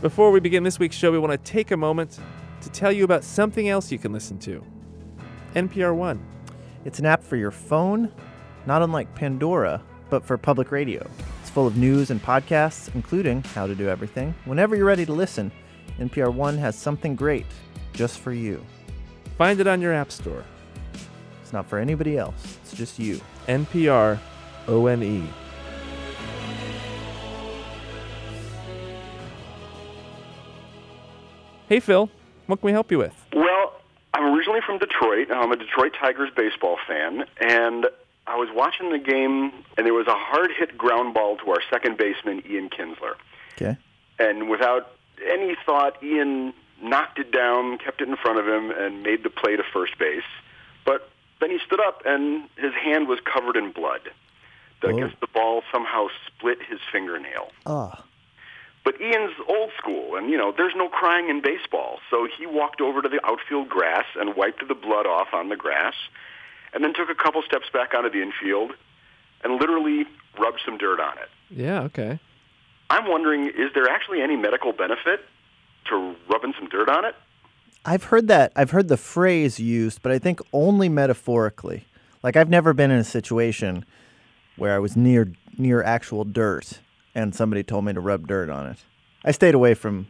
Before we begin this week's show, we want to take a moment to tell you about something else you can listen to NPR One. It's an app for your phone, not unlike Pandora, but for public radio. It's full of news and podcasts, including how to do everything. Whenever you're ready to listen, NPR One has something great just for you. Find it on your App Store. It's not for anybody else, it's just you. NPR ONE. Hey, Phil, what can we help you with? Well, I'm originally from Detroit. and I'm a Detroit Tigers baseball fan, and I was watching the game, and there was a hard hit ground ball to our second baseman, Ian Kinsler. Okay. And without any thought, Ian knocked it down, kept it in front of him, and made the play to first base. But then he stood up, and his hand was covered in blood. I Oh. guess the ball somehow split his fingernail. Ah, But Ian's old school, and you know, there's no crying in baseball. So he walked over to the outfield grass and wiped the blood off on the grass, and then took a couple steps back onto the infield, and literally rubbed some dirt on it. Yeah, okay. I'm wondering, is there actually any medical benefit to rubbing some dirt on it? I've heard that. I've heard the phrase used, but I think only metaphorically. Like I've never been in a situation where I was near near actual dirt and somebody told me to rub dirt on it. I stayed away from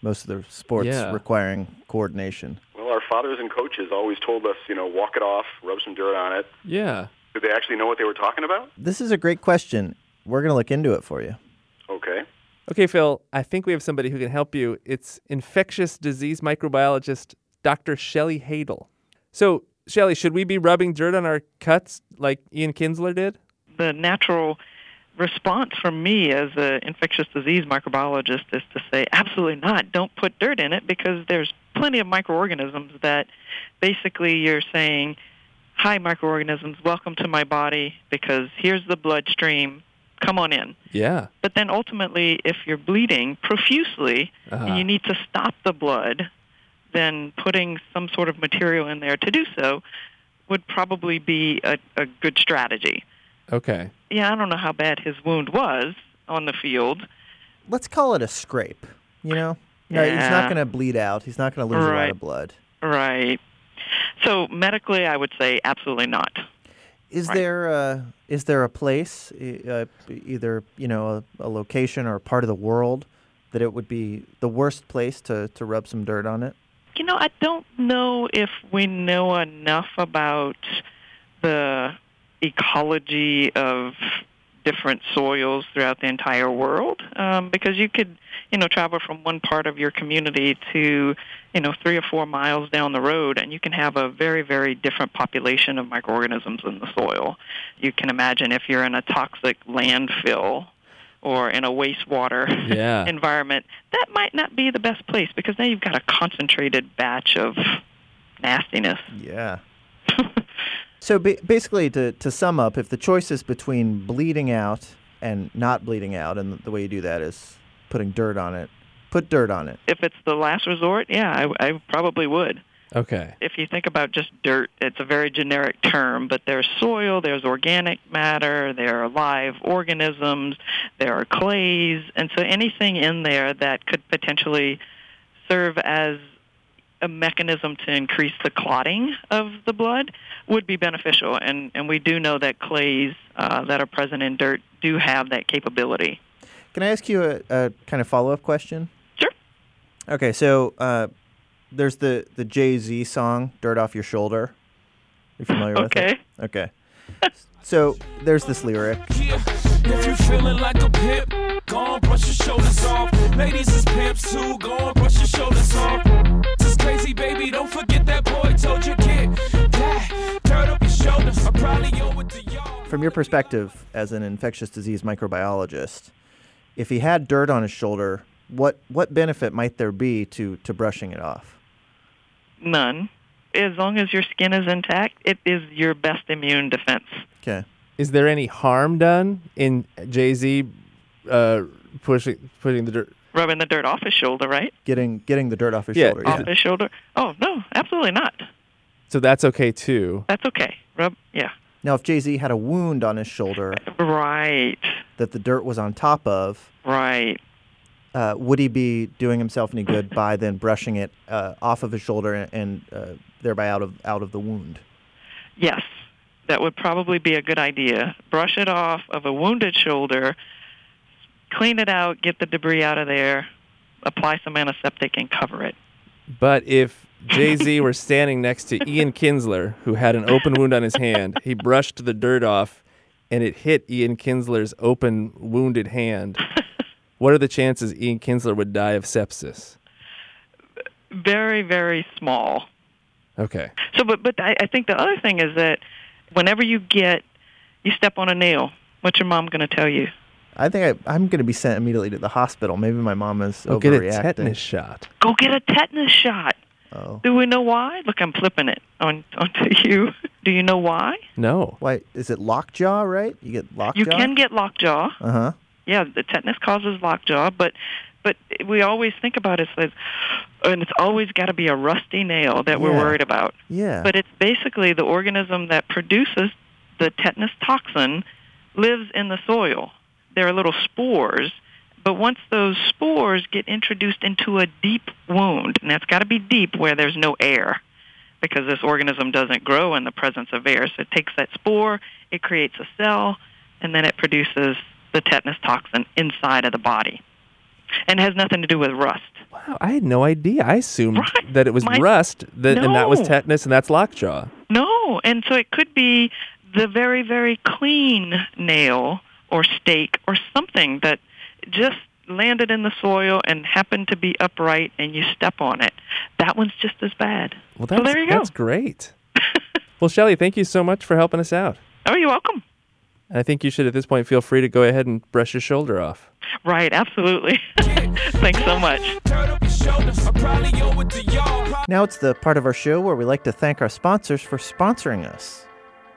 most of the sports Yeah. requiring coordination. Well, our fathers and coaches always told us, you know, walk it off, rub some dirt on it. Yeah. Did they actually know what they were talking about? This is a great question. We're going to look into it for you. Okay. Okay, Phil, I think we have somebody who can help you. It's infectious disease microbiologist Dr. Shelley Hadel. So, Shelley, should we be rubbing dirt on our cuts like Ian Kinsler did? the natural response from me as an infectious disease microbiologist is to say, absolutely not. Don't put dirt in it because there's plenty of microorganisms that basically you're saying, hi, microorganisms, welcome to my body because here's the bloodstream. Come on in. Yeah. But then ultimately, if you're bleeding profusely Uh-huh. and you need to stop the blood, then putting some sort of material in there to do so would probably be a, a good strategy Okay. yeah, I don't know how bad his wound was on the field. Let's call it a scrape, you know? No, he's Yeah. not going to bleed out. He's not going to lose a lot Right. of blood. Right. So medically, I would say absolutely not. Is Right. there a, is there a place, e- uh, either you know a, a location or a part of the world, that it would be the worst place to, to rub some dirt on it? You know, I don't know if we know enough about the ecology of different soils throughout the entire world um, because you could, you know, travel from one part of your community to, you know, three or four miles down the road and you can have a very, very different population of microorganisms in the soil. You can imagine if you're in a toxic landfill or in a wastewater Yeah. environment, that might not be the best place because now you've got a concentrated batch of nastiness. Yeah. so ba- basically, to, to sum up, if the choice is between bleeding out and not bleeding out, and the way you do that is putting dirt on it, put dirt on it. If it's the last resort, yeah, I, I probably would. Okay. If you think about just dirt, it's a very generic term, but there's soil, there's organic matter, there are live organisms, there are clays, and so anything in there that could potentially serve as a mechanism to increase the clotting of the blood would be beneficial. And, and we do know that clays uh, that are present in dirt do have that capability. Can I ask you a, a kind of follow up question? Sure. Okay, so uh, there's the the Jay Z song "Dirt Off Your Shoulder." You familiar Okay. with it? Okay. so there's this lyric. Yeah, if you feeling like a pimp, go on, brush your shoulders off. Ladies is pimps too, go on, brush your shoulders off. This is crazy, baby, don't forget that boy told your kid. Yeah, dirt up your shoulders. I probably owe it to y'all. From your perspective as an infectious disease microbiologist, if he had dirt on his shoulder, what what benefit might there be to to brushing it off? None. As long as your skin is intact, it is your best immune defense. Okay. Is there any harm done in Jay Z uh, pushing putting the dirt? rubbing the dirt off his shoulder, right? Getting getting the dirt off his Yeah, shoulder. off Off his shoulder. Oh no, absolutely not. So that's okay too. That's okay. Rub, yeah, Now, if Jay Z had a wound on his shoulder right, that the dirt was on top of, right. uh, would he be doing himself any good by then brushing it uh, off of his shoulder and, and uh, thereby out of out of the wound? Yes, that would probably be a good idea. Brush it off of a wounded shoulder, clean it out, get the debris out of there, apply some antiseptic, and cover it. But if Jay Z were standing next to Ian Kinsler, who had an open wound on his hand, he brushed the dirt off and it hit Ian Kinsler's open, wounded hand. What are the chances Ian Kinsler would die of sepsis? Very, very small. Okay. So, but but I, I think the other thing is that whenever you get you step on a nail, what's your mom going to tell you? I think I, I'm going to be sent immediately to the hospital. Maybe my mom is Go get a overreacting. tetanus shot. Go get a tetanus shot. Oh, Do we know why? Look, I'm flipping it on onto you. Do you know why? No. why is it lockjaw? Right? You get lockjaw. You can get lockjaw. Uh huh. yeah, the tetanus causes lockjaw, but but we always think about it as, and it's always got to be a rusty nail that we're Yeah. worried about. Yeah. But it's basically the organism that produces the tetanus toxin lives in the soil. There are little spores, but once those spores get introduced into a deep wound, and that's got to be deep where there's no air because this organism doesn't grow in the presence of air. So it takes that spore, it creates a cell, and then it produces the tetanus toxin inside of the body. And it has nothing to do with rust. Wow, I had no idea. I assumed Right. that it was My- rust that, and that was No. tetanus and that's lockjaw. No, and so it could be the very, very clean nail or stake or something that just landed in the soil and happened to be upright and you step on it. That one's just as bad. Well, So that's, there you go. that's great. well, Shelly, thank you so much for helping us out. Oh, you're welcome. And I think you should, at this point, feel free to go ahead and brush your shoulder off. Right, absolutely. Thanks so much. Turn up your shoulders. I probably owe it to y'all. Probably now it's the part of our show where we like to thank our sponsors for sponsoring us.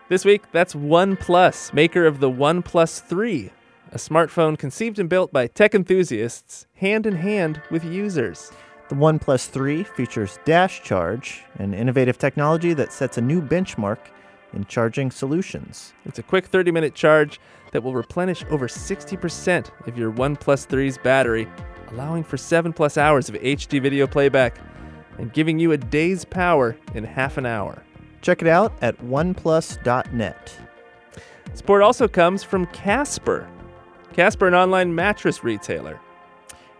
This week, that's One Plus, maker of the One Plus 3, a smartphone conceived and built by tech enthusiasts hand in hand with users. The One Plus 3 features Dash Charge, an innovative technology that sets a new benchmark in charging solutions. It's a quick 30 minute charge that will replenish over 60% of your One 3's battery, allowing for 7 plus hours of HD video playback and giving you a day's power in half an hour. Check it out at oneplus.net. Support also comes from Casper. Casper, an online mattress retailer.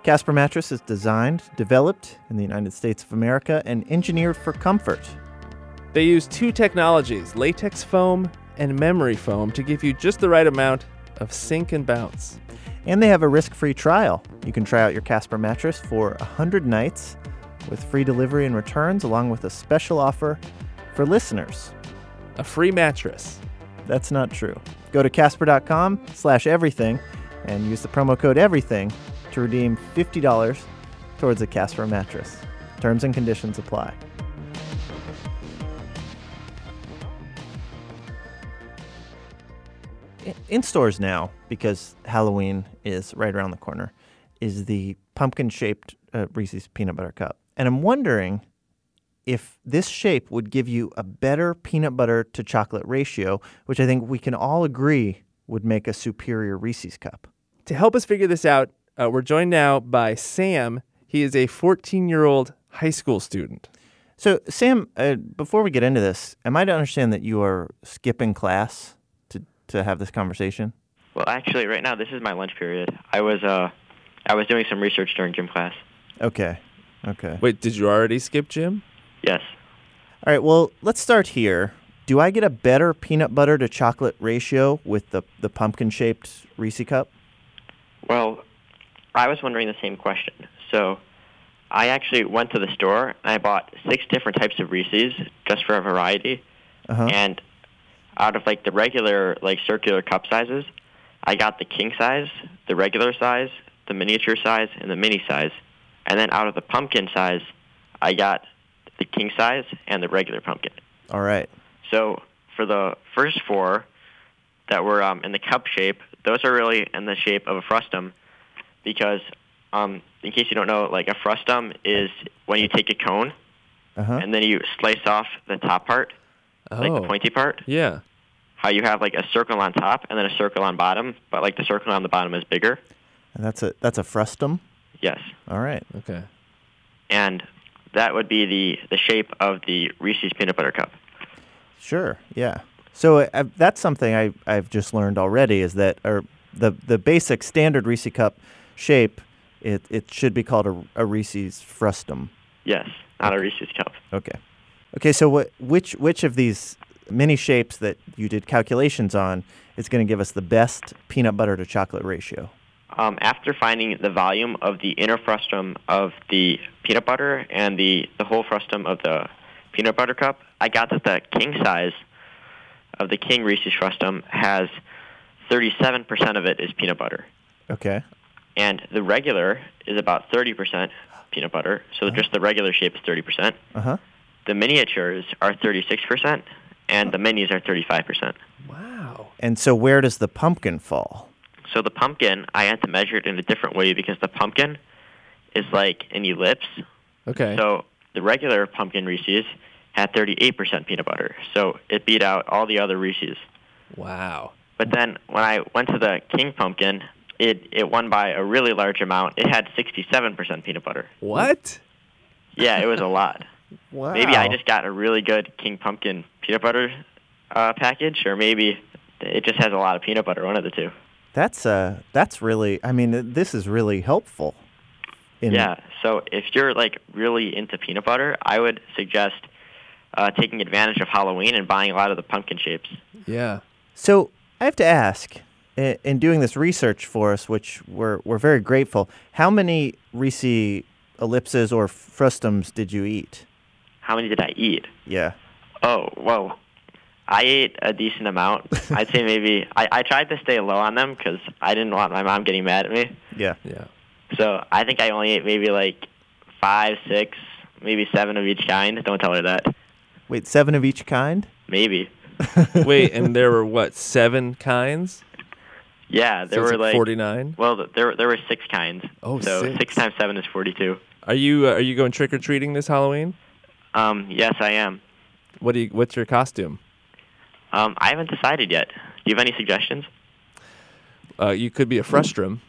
Casper Mattress is designed, developed in the United States of America, and engineered for comfort. They use two technologies, latex foam and memory foam, to give you just the right amount of sink and bounce. And they have a risk free trial. You can try out your Casper mattress for 100 nights with free delivery and returns, along with a special offer for listeners. A free mattress. That's not true. Go to casper.com slash everything and use the promo code everything to redeem $50 towards a Casper mattress. Terms and conditions apply. I- In stores now, because Halloween is right around the corner, is the pumpkin shaped uh, Reese's peanut butter cup. And I'm wondering if this shape would give you a better peanut butter to chocolate ratio, which I think we can all agree would make a superior Reese's cup. To help us figure this out, uh, we're joined now by Sam. He is a 14 year old high school student. So, Sam, uh, before we get into this, am I to understand that you are skipping class to, to have this conversation? Well, actually, right now this is my lunch period. I was uh, I was doing some research during gym class. Okay. Okay. Wait, did you already skip Jim? Yes. All right. Well, let's start here. Do I get a better peanut butter to chocolate ratio with the, the pumpkin shaped Reese cup? Well, I was wondering the same question. So, I actually went to the store and I bought six different types of Reese's just for a variety. Uh-huh. And out of like the regular like circular cup sizes, I got the king size, the regular size, the miniature size, and the mini size. And then out of the pumpkin size, I got the king size and the regular pumpkin. All right. So for the first four that were um, in the cup shape, those are really in the shape of a frustum because, um, in case you don't know, like a frustum is when you take a cone Uh huh. Oh. and then you slice off the top part, like the pointy part. Oh. yeah. How you have like a circle on top and then a circle on bottom, but like the circle on the bottom is bigger. And that's a that's a frustum. Yes. All right. Okay. And that would be the, the shape of the Reese's peanut butter cup. Sure. Yeah. So uh, uh, that's something I, I've just learned already is that or the the basic standard Reese cup shape it, it should be called a, a Reese's frustum. Yes, not a Reese's cup. Okay. Okay. So what which which of these many shapes that you did calculations on is going to give us the best peanut butter to chocolate ratio? Um, after finding the volume of the inner frustum of the peanut butter and the, the whole frustum of the peanut butter cup, I got that the king size of the king Reese's frustum has 37% of it is peanut butter. Okay. And the regular is about 30% peanut butter. So just the regular shape is 30%. Uh huh. The miniatures are 36%, and the minis are 35%. Wow. And so where does the pumpkin fall? So the pumpkin, I had to measure it in a different way because the pumpkin is like an ellipse. Okay. So the regular pumpkin Reese's had 38% peanut butter. So it beat out all the other Reese's. wow. But then when I went to the king pumpkin, it, it won by a really large amount. It had 67% peanut butter. What? Yeah, it was a lot. Wow. Maybe I just got a really good king pumpkin peanut butter uh, package, or maybe it just has a lot of peanut butter, one of the two. That's uh that's really I mean th- this is really helpful. Mm-hmm. In, Yeah. So if you're like really into peanut butter, I would suggest uh, taking advantage of Halloween and buying a lot of the pumpkin shapes. Yeah. So I have to ask, i- in doing this research for us, which we're we're very grateful, how many Reese ellipses or frustums did you eat? How many did I eat? Yeah. Oh, whoa. I ate a decent amount. I'd say maybe I, I tried to stay low on them because I didn't want my mom getting mad at me. Yeah. Yeah. So I think I only ate maybe like five, six, maybe seven of each kind. Don't tell her that. Wait, seven of each kind? Maybe. Wait, and there were what seven kinds? Yeah, there so were like forty-nine. Well, th- there there were six kinds. Oh, so six. six times seven is forty-two. Are you uh, are you going trick or treating this Halloween? Um, yes, I am. What do you? What's your costume? Um, I haven't decided yet. Do you have any suggestions? Uh, you could be a frustrum.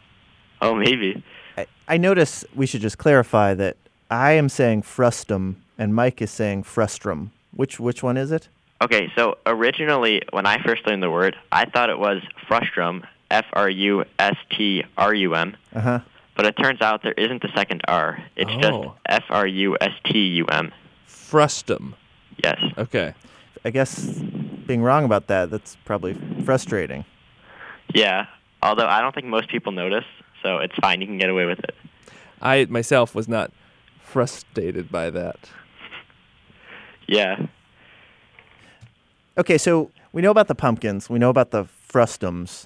Oh, maybe. I, I notice we should just clarify that I am saying frustum and Mike is saying frustrum. Which which one is it? Okay, so originally when I first learned the word, I thought it was frustrum, F R U S T R U M, Uh huh. but it turns out there isn't a second R. It's just Oh. F R U S T U M. Frustum. Yes. Okay. I guess being wrong about that, that's probably frustrating. Yeah. Although I don't think most people notice, so it's fine. You can get away with it. I myself was not frustrated by that. Yeah. Okay, so we know about the pumpkins, we know about the frustums.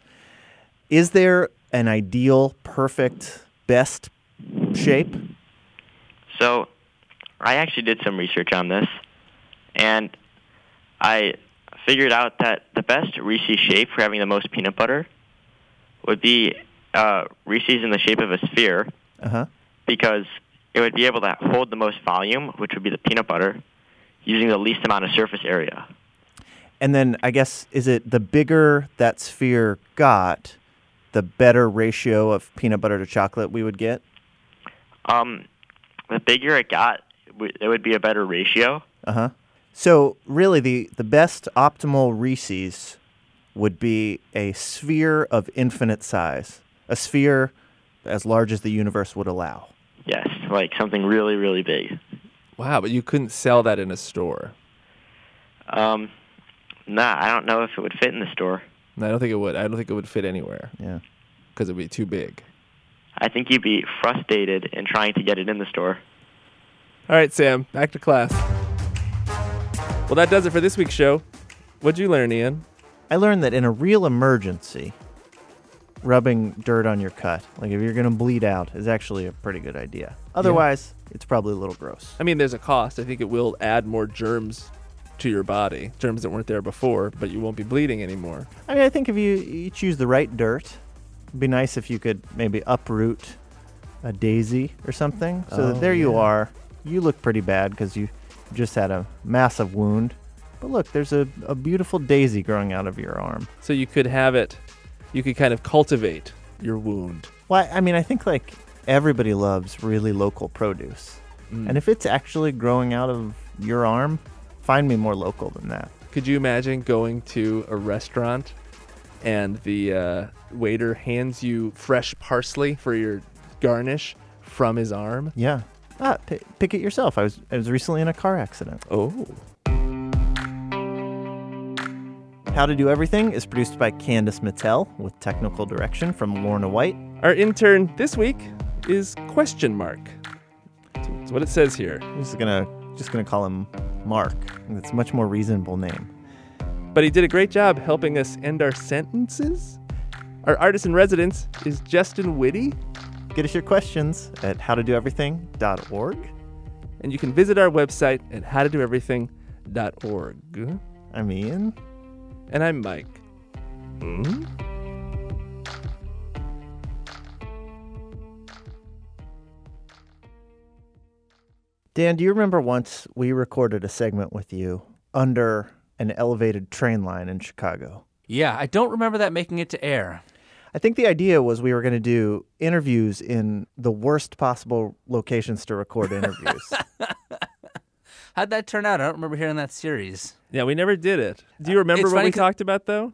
Is there an ideal, perfect, best shape? So, I actually did some research on this, and I figured out that the best Reese's shape for having the most peanut butter would be uh, Reese's in the shape of a sphere Uh huh. because it would be able to hold the most volume, which would be the peanut butter, using the least amount of surface area. And then I guess is it the bigger that sphere got, the better ratio of peanut butter to chocolate we would get? Um, the bigger it got, w- it would be a better ratio. Uh huh. So really, the the best optimal Reese's would be a sphere of infinite size, a sphere as large as the universe would allow. Yes, like something really, really big. Wow, but you couldn't sell that in a store. Um, nah, I don't know if it would fit in the store. And I don't think it would. I don't think it would fit anywhere Yeah. because it'd be too big. I think you'd be frustrated in trying to get it in the store. All right, Sam, back to class. Well, that does it for this week's show. What'd you learn, Ian? I learned that in a real emergency, rubbing dirt on your cut, like if you're going to bleed out, is actually a pretty good idea. Otherwise, it's probably a little gross. I mean, there's a cost. I think it will add more germs to your body, germs that weren't there before, but you won't be bleeding anymore. I mean, I think if you, you choose the right dirt, it'd be nice if you could maybe uproot a daisy or something so Oh, that there you are. You look pretty bad because you just had a massive wound. But look, there's a, a beautiful daisy growing out of your arm. So you could have it, you could kind of cultivate your wound. Well, I I mean, I think like everybody loves really local produce. And if it's actually growing out of your arm, find me more local than that. Could you imagine going to a restaurant and the uh, waiter hands you fresh parsley for your garnish from his arm? Yeah. Ah, p- pick it yourself. I was I was recently in a car accident. Oh. How to Do Everything is produced by Candace Mattel with technical direction from Lorna White. Our intern this week is question mark. That's what it says here. I'm just gonna just gonna call him Mark. It's a much more reasonable name. But he did a great job helping us end our sentences. Our artist in residence is Justin Whitty, Get us your questions at howtodoeverything.org. and you can visit our website at howtodoeverything.org. I'm Ian. And I'm Mike. Dan, do you remember once we recorded a segment with you under an elevated train line in Chicago? Yeah, I don't remember that making it to air. I think the idea was we were going to do interviews in the worst possible locations to record interviews. How'd that turn out? I don't remember hearing that series. Yeah, we never did it. Do you remember Uh, it's what funny we 'cause- talked about though?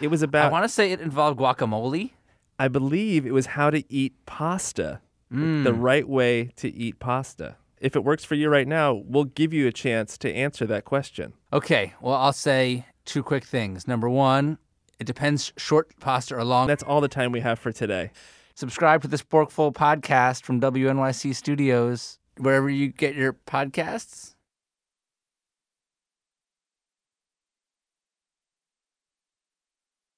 It was I about want to say it involved guacamole. I believe it was how to eat pasta, the Mm. right way to eat pasta. If it works for you right now, we'll give you a chance to answer that question. Okay, well, I'll say two quick things. Number one, it depends short pasta or long. That's all the time we have for today. Subscribe to the Sporkful podcast from WNYC Studios, wherever you get your podcasts.